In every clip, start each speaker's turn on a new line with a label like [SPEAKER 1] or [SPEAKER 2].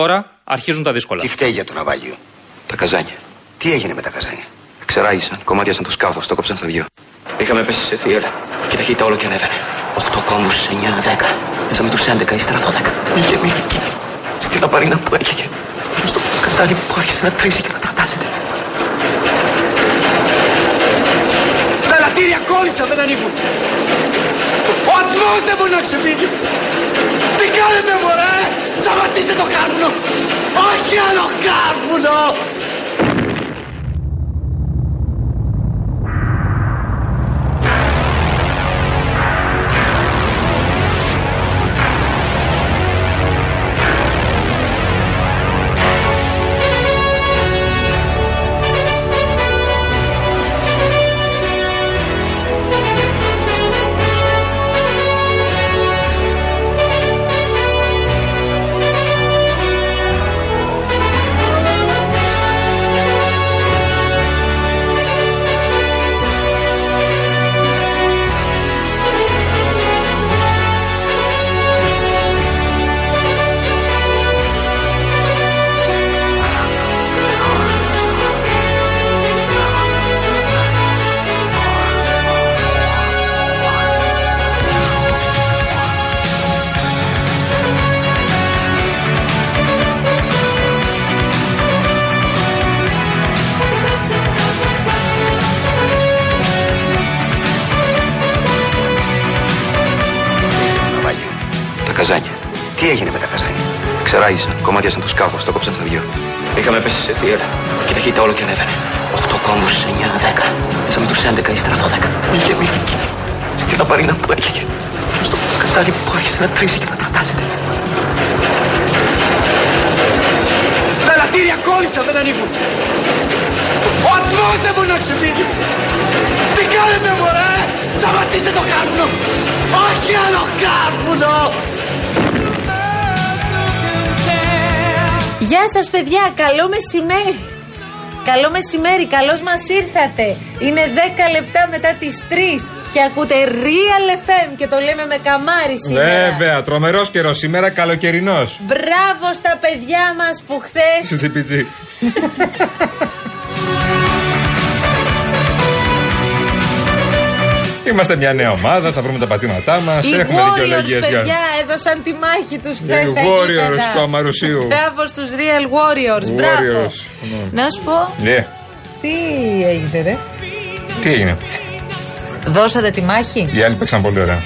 [SPEAKER 1] Τώρα αρχίζουν τα δύσκολα.
[SPEAKER 2] Τι φταίει για το ναυάγιο. Τα καζάνια. Τι έγινε με τα καζάνια. Ξεράγησαν, κομμάτιασαν το σκάφος, το κόψαν στα δυο. Είχαμε πέσει σε θύελα και ταχύτητα όλο και ανέβαινε. Οχτώ κόμβους, εννιά, δέκα. Μέσα με τους έντεκα, ύστερα δώδεκα. Είχε μείνει εκεί. Στην απαρίνα που έκαιγε. Στο καζάνι που άρχισε να τρίζει και να τρατάζεται.
[SPEAKER 3] Τα λατήρια κόλλησαν, δεν ανοίγουν. Ο ατμός δεν μπορεί να ξεφύγει. Τι κάνετε, μωρέ! Σταματήστε το κάρβουνο! Όχι άλλο κάρβουνο!
[SPEAKER 2] Ναυάγιο. Τα καζάνια. Τι έγινε με τα καζάνια. Ξεράγησαν, κομμάτιασαν το σκάφος, το κόψαν στα δυο. Είχαμε πέσει σε θύελα και ταχύτητα όλο και ανέβαινε. Οχτώ κόμβου, εννιά, δέκα. Μέσα με τους έντεκα, ύστερα δώδεκα. Είχε μείνει εκεί. Στην απαρίνα που έκαιγε. Στο καζάνι που άρχισε να τρίζει και να τρατάζεται.
[SPEAKER 3] Τα λατήρια κόλλησαν, δεν ανοίγουν. Ο ατμός δεν μπορεί να ξεφύγει. Τι κάνετε, μωρέ! Σταματήστε το κάρβουνο! Όχι άλλο κάρβουνο!
[SPEAKER 4] Γεια σας παιδιά, καλό μεσημέρι. Καλό μεσημέρι, καλώς μας ήρθατε. Είναι 10 λεπτά μετά τις 3 και ακούτε Real FM και το λέμε με καμάρι σήμερα.
[SPEAKER 5] Βέβαια, τρομερός καιρός σήμερα, καλοκαιρινός.
[SPEAKER 4] Μπράβο στα παιδιά μας που χθες
[SPEAKER 5] Στη TPG. Είμαστε μια νέα ομάδα, θα βρούμε τα πατήματά μας.
[SPEAKER 4] οι
[SPEAKER 5] Έχουμε
[SPEAKER 4] Warriors
[SPEAKER 5] δικαιολογίες
[SPEAKER 4] παιδιά
[SPEAKER 5] για.
[SPEAKER 4] έδωσαν τη μάχη τους χθες
[SPEAKER 5] Οι
[SPEAKER 4] στα
[SPEAKER 5] Warriors
[SPEAKER 4] γήπεδα.
[SPEAKER 5] του Αμαρουσίου.
[SPEAKER 4] Μπράβο στους Real Warriors, μπράβο.
[SPEAKER 5] Warriors, ναι.
[SPEAKER 4] Να σου πω,
[SPEAKER 5] Ναι,
[SPEAKER 4] τι έγινε ρε.
[SPEAKER 5] τι έγινε.
[SPEAKER 4] Δώσατε τη μάχη.
[SPEAKER 5] Οι άλλοι παίξαν πολύ ωραία.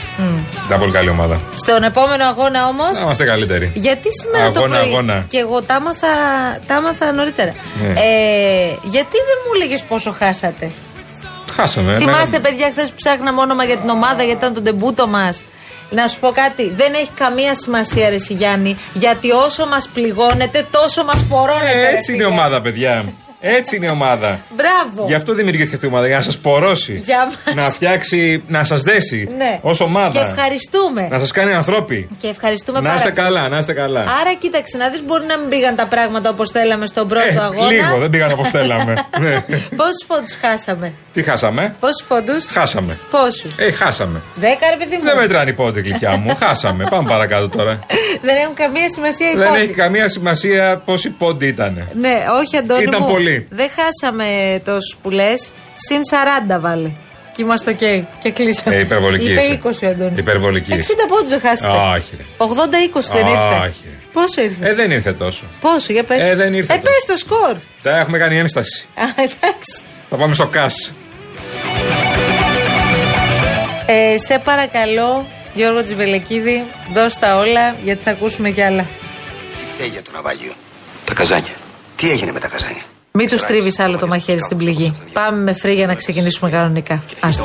[SPEAKER 5] Ήταν πολύ καλή ομάδα.
[SPEAKER 4] Στον επόμενο αγώνα όμως...
[SPEAKER 5] Να είμαστε καλύτεροι.
[SPEAKER 4] Γιατί σήμερα το
[SPEAKER 5] Αγώνα,
[SPEAKER 4] πρωί.
[SPEAKER 5] αγώνα.
[SPEAKER 4] Και εγώ τα άμαθα, τα άμαθα νωρίτερα.
[SPEAKER 5] Ναι.
[SPEAKER 4] Ε, γιατί δεν μου έλεγες πόσο χάσατε.
[SPEAKER 5] Χάσαμε. ναι. Ε,
[SPEAKER 4] Θυμάστε,
[SPEAKER 5] Εμένα-
[SPEAKER 4] παιδιά, χθες που ψάχναμε όνομα για την ομάδα, γιατί ήταν το ντεμπούτο μας. Να σου πω κάτι, δεν έχει καμία σημασία, ρε Σιγιάννη, γιατί όσο μας πληγώνετε, τόσο μας πορώνετε.
[SPEAKER 5] Ε,
[SPEAKER 4] ρε
[SPEAKER 5] Έτσι είναι η
[SPEAKER 4] φίλε.
[SPEAKER 5] ομάδα, παιδιά. Έτσι είναι η ομάδα.
[SPEAKER 4] Μπράβο.
[SPEAKER 5] Γι' αυτό δημιουργήθηκε αυτή η ομάδα, για να σας πορώσει.
[SPEAKER 4] Για μας.
[SPEAKER 5] Να φτιάξει, να σας δέσει
[SPEAKER 4] Ναι.
[SPEAKER 5] ως ομάδα.
[SPEAKER 4] Και ευχαριστούμε.
[SPEAKER 5] Να σας κάνει ανθρώποι.
[SPEAKER 4] Και ευχαριστούμε
[SPEAKER 5] Να είστε
[SPEAKER 4] πάρα πολύ.
[SPEAKER 5] καλά, να είστε καλά.
[SPEAKER 4] Άρα, κοίταξε να δεις, μπορεί να μην πήγαν τα πράγματα όπως θέλαμε στον πρώτο
[SPEAKER 5] Ε,
[SPEAKER 4] αγώνα.
[SPEAKER 5] λίγο, δεν πήγαν όπως θέλαμε. Ναι.
[SPEAKER 4] Πόσους πόντου χάσαμε.
[SPEAKER 5] Τι χάσαμε.
[SPEAKER 4] Πόσους πόντου.
[SPEAKER 5] Χάσαμε.
[SPEAKER 4] Πόσους.
[SPEAKER 5] Ε, χάσαμε.
[SPEAKER 4] Δέκα, ρε παιδί μου.
[SPEAKER 5] Δεν μετράνε οι πόντοι, γλυκιά μου. Χάσαμε. Πάμε παρακάτω τώρα.
[SPEAKER 4] Δεν έχουν καμία σημασία οι
[SPEAKER 5] Δεν
[SPEAKER 4] πόντοι.
[SPEAKER 5] έχει καμία σημασία πόσοι πόντοι ήταν.
[SPEAKER 4] Ναι, όχι Αντώνη
[SPEAKER 5] Ήταν
[SPEAKER 4] μου.
[SPEAKER 5] πολύ.
[SPEAKER 4] Δεν χάσαμε τόσους που λες. Συν 40 βάλε. Και είμαστε οκ. Και κλείσαμε.
[SPEAKER 5] Ε, υπερβολική
[SPEAKER 4] Είπε
[SPEAKER 5] είσαι.
[SPEAKER 4] 20 ο Αντώνη.
[SPEAKER 5] Υπερβολική
[SPEAKER 4] 60
[SPEAKER 5] είσαι.
[SPEAKER 4] πόντους δεν χάσατε.
[SPEAKER 5] Όχι, ρε.
[SPEAKER 4] 80-20 δεν ήρθε.
[SPEAKER 5] Όχι, ρε.
[SPEAKER 4] Πόσο ήρθε.
[SPEAKER 5] Ε, δεν ήρθε τόσο.
[SPEAKER 4] Πόσο, για πες.
[SPEAKER 5] ε, δεν ήρθε
[SPEAKER 4] Ε,
[SPEAKER 5] τότε.
[SPEAKER 4] πες το σκορ.
[SPEAKER 5] Τα έχουμε κάνει ένσταση.
[SPEAKER 4] Α, εντάξει.
[SPEAKER 5] Θα πάμε στο ΚΑΣ.
[SPEAKER 4] Ε, σε παρακαλώ, Γιώργο Τζιβελεκίδη, δώσ' τα όλα, γιατί θα ακούσουμε κι άλλα.
[SPEAKER 2] Τι φταίει για το ναυάγιο. Τα καζάνια. Τι έγινε με τα καζάνια.
[SPEAKER 4] Μην τους τρίβεις άλλο το μαχαίρι στην πληγή. Πάμε με φρύ για να ξεκινήσουμε κανονικά. Άστο.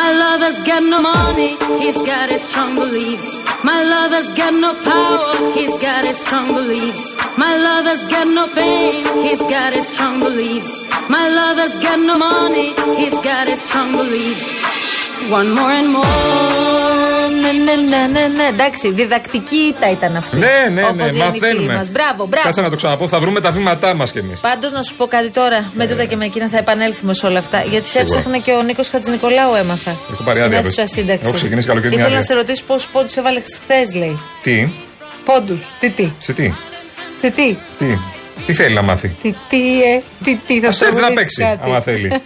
[SPEAKER 6] My lover's got no money, he's got his strong beliefs. My lover's got no power, he's got his strong beliefs. My lover's got no fame, he's got his strong beliefs. My lover's got no money, he's got his strong beliefs. One more and more.
[SPEAKER 4] ναι, ναι, ναι, ναι. Εντάξει, διδακτική ήττα ήταν αυτή.
[SPEAKER 5] Ναι, ναι, ναι,
[SPEAKER 4] Όπως λένε οι φίλοι
[SPEAKER 5] μαθαίνουμε.
[SPEAKER 4] μας. Μπράβο, μπράβο.
[SPEAKER 5] Κάτσε να το ξαναπώ, θα βρούμε τα βήματά μας κι εμείς.
[SPEAKER 4] Πάντως να σου πω κάτι τώρα. Με τούτα και με εκείνα θα επανέλθουμε σε όλα αυτά. Γιατί σε
[SPEAKER 5] Ε. Σίγουρα.
[SPEAKER 4] έψαχνα και ο Νίκος Χατζηνικολάου έμαθα.
[SPEAKER 5] Έχω πάρει
[SPEAKER 4] Στην
[SPEAKER 5] άδεια,
[SPEAKER 4] αίθουσα
[SPEAKER 5] πες.
[SPEAKER 4] σύνταξη.
[SPEAKER 5] Έχω ξεκινήσει καλοκαιρινή
[SPEAKER 4] Ήθελα να
[SPEAKER 5] άδεια.
[SPEAKER 4] σε ρωτήσω πόσου πόντους έβαλες χθες, λέει.
[SPEAKER 5] Τι,
[SPEAKER 4] Πόντους. Τι, τι.
[SPEAKER 5] σε τι,
[SPEAKER 4] Σε τι.
[SPEAKER 5] τι, τι θέλει να μάθει.
[SPEAKER 4] Τι, τι, ε, τι, τι, θα
[SPEAKER 5] Ας έρθει να
[SPEAKER 4] τραγουδήσεις
[SPEAKER 5] παίξει,
[SPEAKER 4] κάτι.
[SPEAKER 5] άμα θέλει.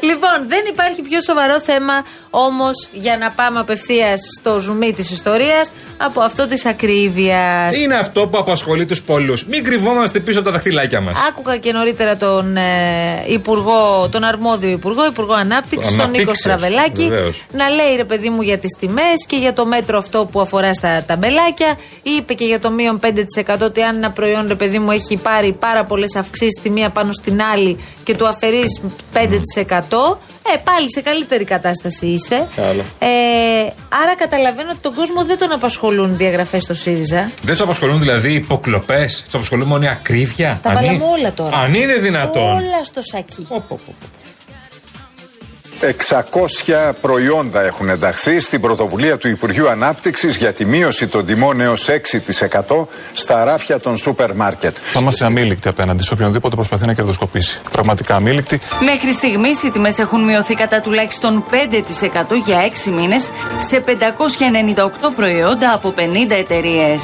[SPEAKER 4] λοιπόν, δεν υπάρχει πιο σοβαρό θέμα όμως για να πάμε απευθείας στο ζουμί της ιστορίας από αυτό της ακρίβειας.
[SPEAKER 5] Είναι αυτό που απασχολεί τους πολλούς. Μην κρυβόμαστε πίσω από τα δαχτυλάκια μας.
[SPEAKER 4] Άκουγα και νωρίτερα τον, ε, υπουργό, τον αρμόδιο υπουργό, υπουργό Ανάπτυξης,
[SPEAKER 5] Τον
[SPEAKER 4] τον Νίκο
[SPEAKER 5] Αναπτύξεως,
[SPEAKER 4] Στραβελάκη,
[SPEAKER 5] βεβαίως.
[SPEAKER 4] να λέει ρε παιδί μου για τις τιμές και για το μέτρο αυτό που αφορά στα ταμπελάκια. Είπε και για το μείον 5% ότι αν ένα προϊόν ρε παιδί μου έχει πάρει πάρα πολλές αυξήσεις τη μία πάνω στην άλλη και του αφαιρείς 5%, ε, πάλι σε καλύτερη κατάσταση είσαι.
[SPEAKER 5] Καλά.
[SPEAKER 4] Ε, άρα καταλαβαίνω ότι τον κόσμο δεν τον απασχολούν διαγραφές στο ΣΥΡΙΖΑ.
[SPEAKER 5] Δεν τους απασχολούν δηλαδή υποκλοπές, τους απασχολούν μόνο η ακρίβεια.
[SPEAKER 4] Τα
[SPEAKER 5] Αν είναι-
[SPEAKER 4] βάλαμε όλα τώρα.
[SPEAKER 5] Αν είναι δυνατόν.
[SPEAKER 4] Όλα στο σακί.
[SPEAKER 5] Πω, πω, πω, πω.
[SPEAKER 1] 600 προϊόντα έχουν ενταχθεί στην πρωτοβουλία του Υπουργείου Ανάπτυξης για τη μείωση των τιμών έως 6% στα ράφια των σούπερ μάρκετ.
[SPEAKER 7] Θα είμαστε αμήλικτοι απέναντι σε οποιονδήποτε προσπαθεί να κερδοσκοπήσει. Πραγματικά αμήλικτοι.
[SPEAKER 8] Μέχρι στιγμής οι τιμές έχουν μειωθεί κατά τουλάχιστον 5% για 6 μήνες σε 598 προϊόντα από 50 εταιρείε.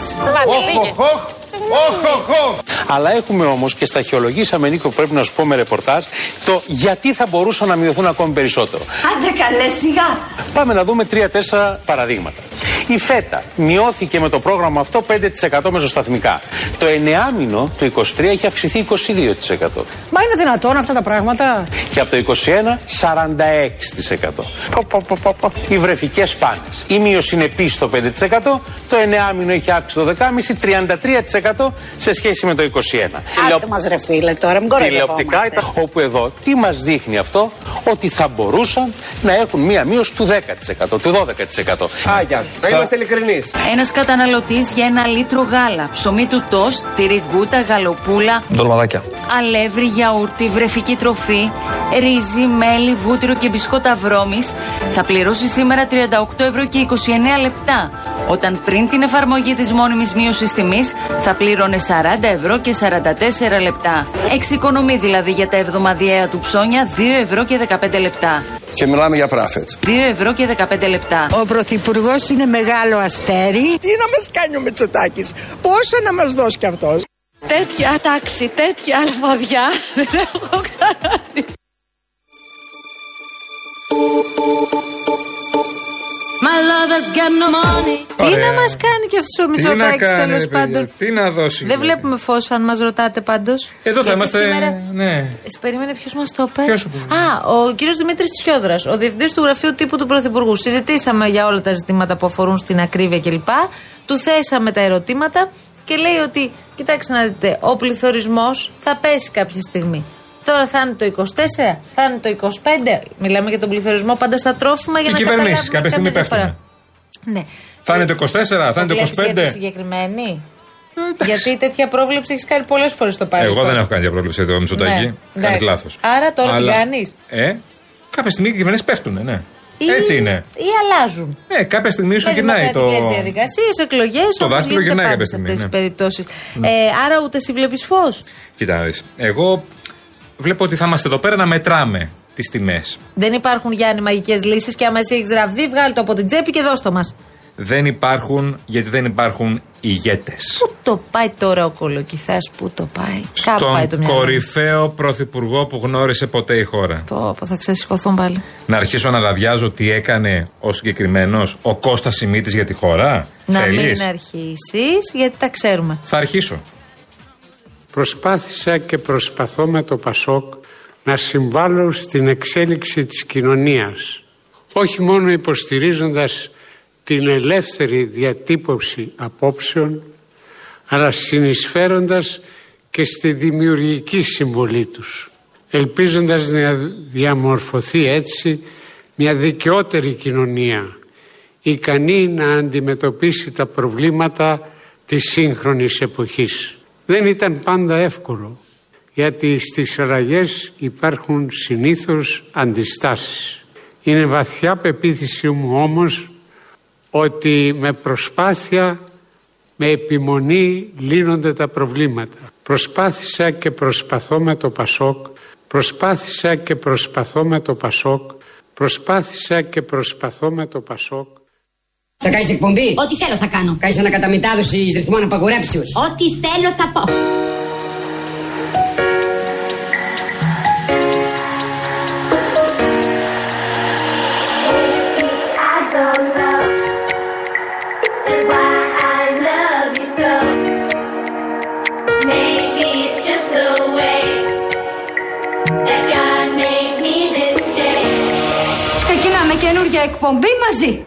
[SPEAKER 9] Αλλά έχουμε όμως και σταχυολογήσαμε, Νίκο, πρέπει να σου πω με ρεπορτάζ, το γιατί θα μπορούσαν να μειωθούν ακόμη περισσότερο.
[SPEAKER 10] Άντε καλέ σιγά.
[SPEAKER 9] Πάμε να δούμε τρία-τέσσερα παραδείγματα. Η φέτα μειώθηκε με το πρόγραμμα αυτό 5% μεσοσταθμικά. Το εννεάμινο του 23 έχει αυξηθεί 22%.
[SPEAKER 11] Μα είναι δυνατόν αυτά τα πράγματα.
[SPEAKER 9] Και από το 21, 46%. Πω, πω, πω, πω, πω. Οι βρεφικές πάνες. Η μείωση είναι επίσης το 5%. Το εννεάμινο έχει αύξηση το 10,5, 33% σε σχέση με το 21. Λέω-
[SPEAKER 10] Άσε μας ρε φίλε τώρα, μην
[SPEAKER 9] Τηλεοπτικά
[SPEAKER 10] κοροϊδευόμαστε.
[SPEAKER 9] ήταν όπου εδώ τι μας δείχνει αυτό ότι θα μπορούσαν να έχουν μία μείωση του 10% του 12%
[SPEAKER 3] Άγια σου. Να είμαστε ειλικρινείς.
[SPEAKER 8] Ένας καταναλωτής για ένα λίτρο γάλα, ψωμί του τόστ, τυρί γκούτα, γαλοπούλα,
[SPEAKER 3] Ντολμαδάκια.
[SPEAKER 8] αλεύρι, γιαούρτι, βρεφική τροφή, ρύζι, μέλι, βούτυρο και μπισκότα βρώμης θα πληρώσει σήμερα 38 ευρώ και 29 λεπτά. Όταν πριν την εφαρμογή της μόνιμης μείωσης τιμής θα πλήρωνε 40 ευρώ και 44 λεπτά. Εξοικονομεί δηλαδή για τα εβδομαδιαία του ψώνια 2 ευρώ και 15 λεπτά.
[SPEAKER 3] Και μιλάμε για πράφετ.
[SPEAKER 8] 2 ευρώ και 15 λεπτά.
[SPEAKER 11] Ο Πρωθυπουργός είναι μεγάλο αστέρι. Τι να μας κάνει ο Μετσοτάκη, πόσα να μας δώσει κι αυτός.
[SPEAKER 10] Τέτοια τάξη, τέτοια αλφαδιά δεν έχω ξαναδεί.
[SPEAKER 6] My lover's got no money.
[SPEAKER 4] Τι
[SPEAKER 5] Ωραία.
[SPEAKER 4] να μας κάνει και αυτός ο
[SPEAKER 5] Τι να
[SPEAKER 4] Μητσοτάκης
[SPEAKER 5] κάνει,
[SPEAKER 4] τέλος
[SPEAKER 5] ρε παιδιά,
[SPEAKER 4] πάντων.
[SPEAKER 5] τι να δώσει,
[SPEAKER 4] Δεν
[SPEAKER 5] ρε.
[SPEAKER 4] βλέπουμε φως, αν μας ρωτάτε πάντως.
[SPEAKER 5] Εδώ θα είμαστε. Ναι.
[SPEAKER 4] Ε, Περίμενε ποιος μας το είπε.
[SPEAKER 5] Ποιος σου είπε?
[SPEAKER 4] Α, ο κύριος Δημήτρης Τσιόδρας, ο διευθυντής του γραφείου τύπου του Πρωθυπουργού. Συζητήσαμε για όλα τα ζητήματα που αφορούν στην ακρίβεια κλπ. Του θέσαμε τα ερωτήματα και λέει ότι, κοιτάξτε να δείτε, ο πληθωρισμός θα πέσει κάποια στιγμή. Τώρα θα είναι το 24, θα είναι το 25. Μιλάμε για τον πληθωρισμό πάντα στα τρόφιμα για
[SPEAKER 5] Οι
[SPEAKER 4] να
[SPEAKER 5] κυβερνήσει
[SPEAKER 4] καταλάβουμε
[SPEAKER 5] κάποια στιγμή
[SPEAKER 4] διαφορά.
[SPEAKER 5] πέφτουν.
[SPEAKER 4] Ναι.
[SPEAKER 5] Θα είναι το 24, θα είναι το
[SPEAKER 4] βλέπεις γιατί
[SPEAKER 5] 25.
[SPEAKER 4] συγκεκριμένη. Γιατί τέτοια πρόβλεψη έχεις κάνει πολλές φορές στο παρελθόν.
[SPEAKER 5] Εγώ δεν έχω κάνει διαπρόβλεψη εδώ, Μητσοτάκη.
[SPEAKER 4] Ναι,
[SPEAKER 5] Κάνει
[SPEAKER 4] ναι.
[SPEAKER 5] λάθος.
[SPEAKER 4] Άρα τώρα την κάνεις.
[SPEAKER 5] Ε, κάποια στιγμή οι κυβερνήσεις πέφτουν, ναι.
[SPEAKER 4] Ή-
[SPEAKER 5] Έτσι είναι.
[SPEAKER 4] Ή αλλάζουν.
[SPEAKER 5] Ε, κάποια στιγμή σου
[SPEAKER 4] Με
[SPEAKER 5] γυρνάει το.
[SPEAKER 4] δημοκρατικές διαδικασίες, εκλογές.
[SPEAKER 5] Το δάχτυλο γυρνάει κάποια στιγμή,
[SPEAKER 4] αυτές τι
[SPEAKER 5] ναι.
[SPEAKER 4] περιπτώσει. Ε, άρα ούτε εσύ βλέπεις φως.
[SPEAKER 5] Κοίτα, να δεις. εγώ βλέπω ότι θα είμαστε εδώ πέρα να μετράμε τις τιμές.
[SPEAKER 4] Δεν υπάρχουν Γιάννη μαγικές λύσεις και άμα εσύ έχεις ραβδί, βγάλει το από την τσέπη και δώσ' το μας.
[SPEAKER 5] Δεν υπάρχουν γιατί δεν υπάρχουν ηγέτες.
[SPEAKER 4] Πού το πάει τώρα ο κολοκυθά, πού το πάει. Κάπου πάει το
[SPEAKER 5] Στον
[SPEAKER 4] μυαλό. μου.
[SPEAKER 5] κορυφαίο πρωθυπουργό που γνώρισε ποτέ η χώρα.
[SPEAKER 4] Πω, πω, θα ξεσηκωθούν πάλι.
[SPEAKER 5] Να αρχίσω να λαδιάζω τι έκανε ο συγκεκριμένος ο Κώστας Σιμίτης για τη χώρα.
[SPEAKER 4] Να
[SPEAKER 5] Θέλεις?
[SPEAKER 4] μην αρχίσεις, γιατί τα ξέρουμε.
[SPEAKER 5] Θα αρχίσω.
[SPEAKER 9] Προσπάθησα και προσπαθώ με το Πασόκ να συμβάλλω στην εξέλιξη της κοινωνίας όχι μόνο υποστηρίζοντας την ελεύθερη διατύπωση απόψεων αλλά συνεισφέροντας και στη δημιουργική συμβολή τους ελπίζοντας να διαμορφωθεί έτσι μια δικαιότερη κοινωνία ικανή να αντιμετωπίσει τα προβλήματα της σύγχρονης εποχής. Δεν ήταν πάντα εύκολο, γιατί στις αλλαγές υπάρχουν συνήθως αντιστάσεις. Είναι βαθιά πεποίθηση μου όμως
[SPEAKER 12] ότι με προσπάθεια, με επιμονή λύνονται τα προβλήματα. Προσπάθησα και προσπαθώ με το Πασόκ, προσπάθησα και προσπαθώ με το Πασόκ, προσπάθησα και προσπαθώ με το Πασόκ.
[SPEAKER 13] Θα κάνεις εκπομπή. Ό,τι θέλω θα κάνω. Κάνει ανακαταμετάδοση ρυθμών απαγορέψεως. Ό,τι θέλω θα πω.
[SPEAKER 14] Ξεκινάμε καινούργια εκπομπή μαζί.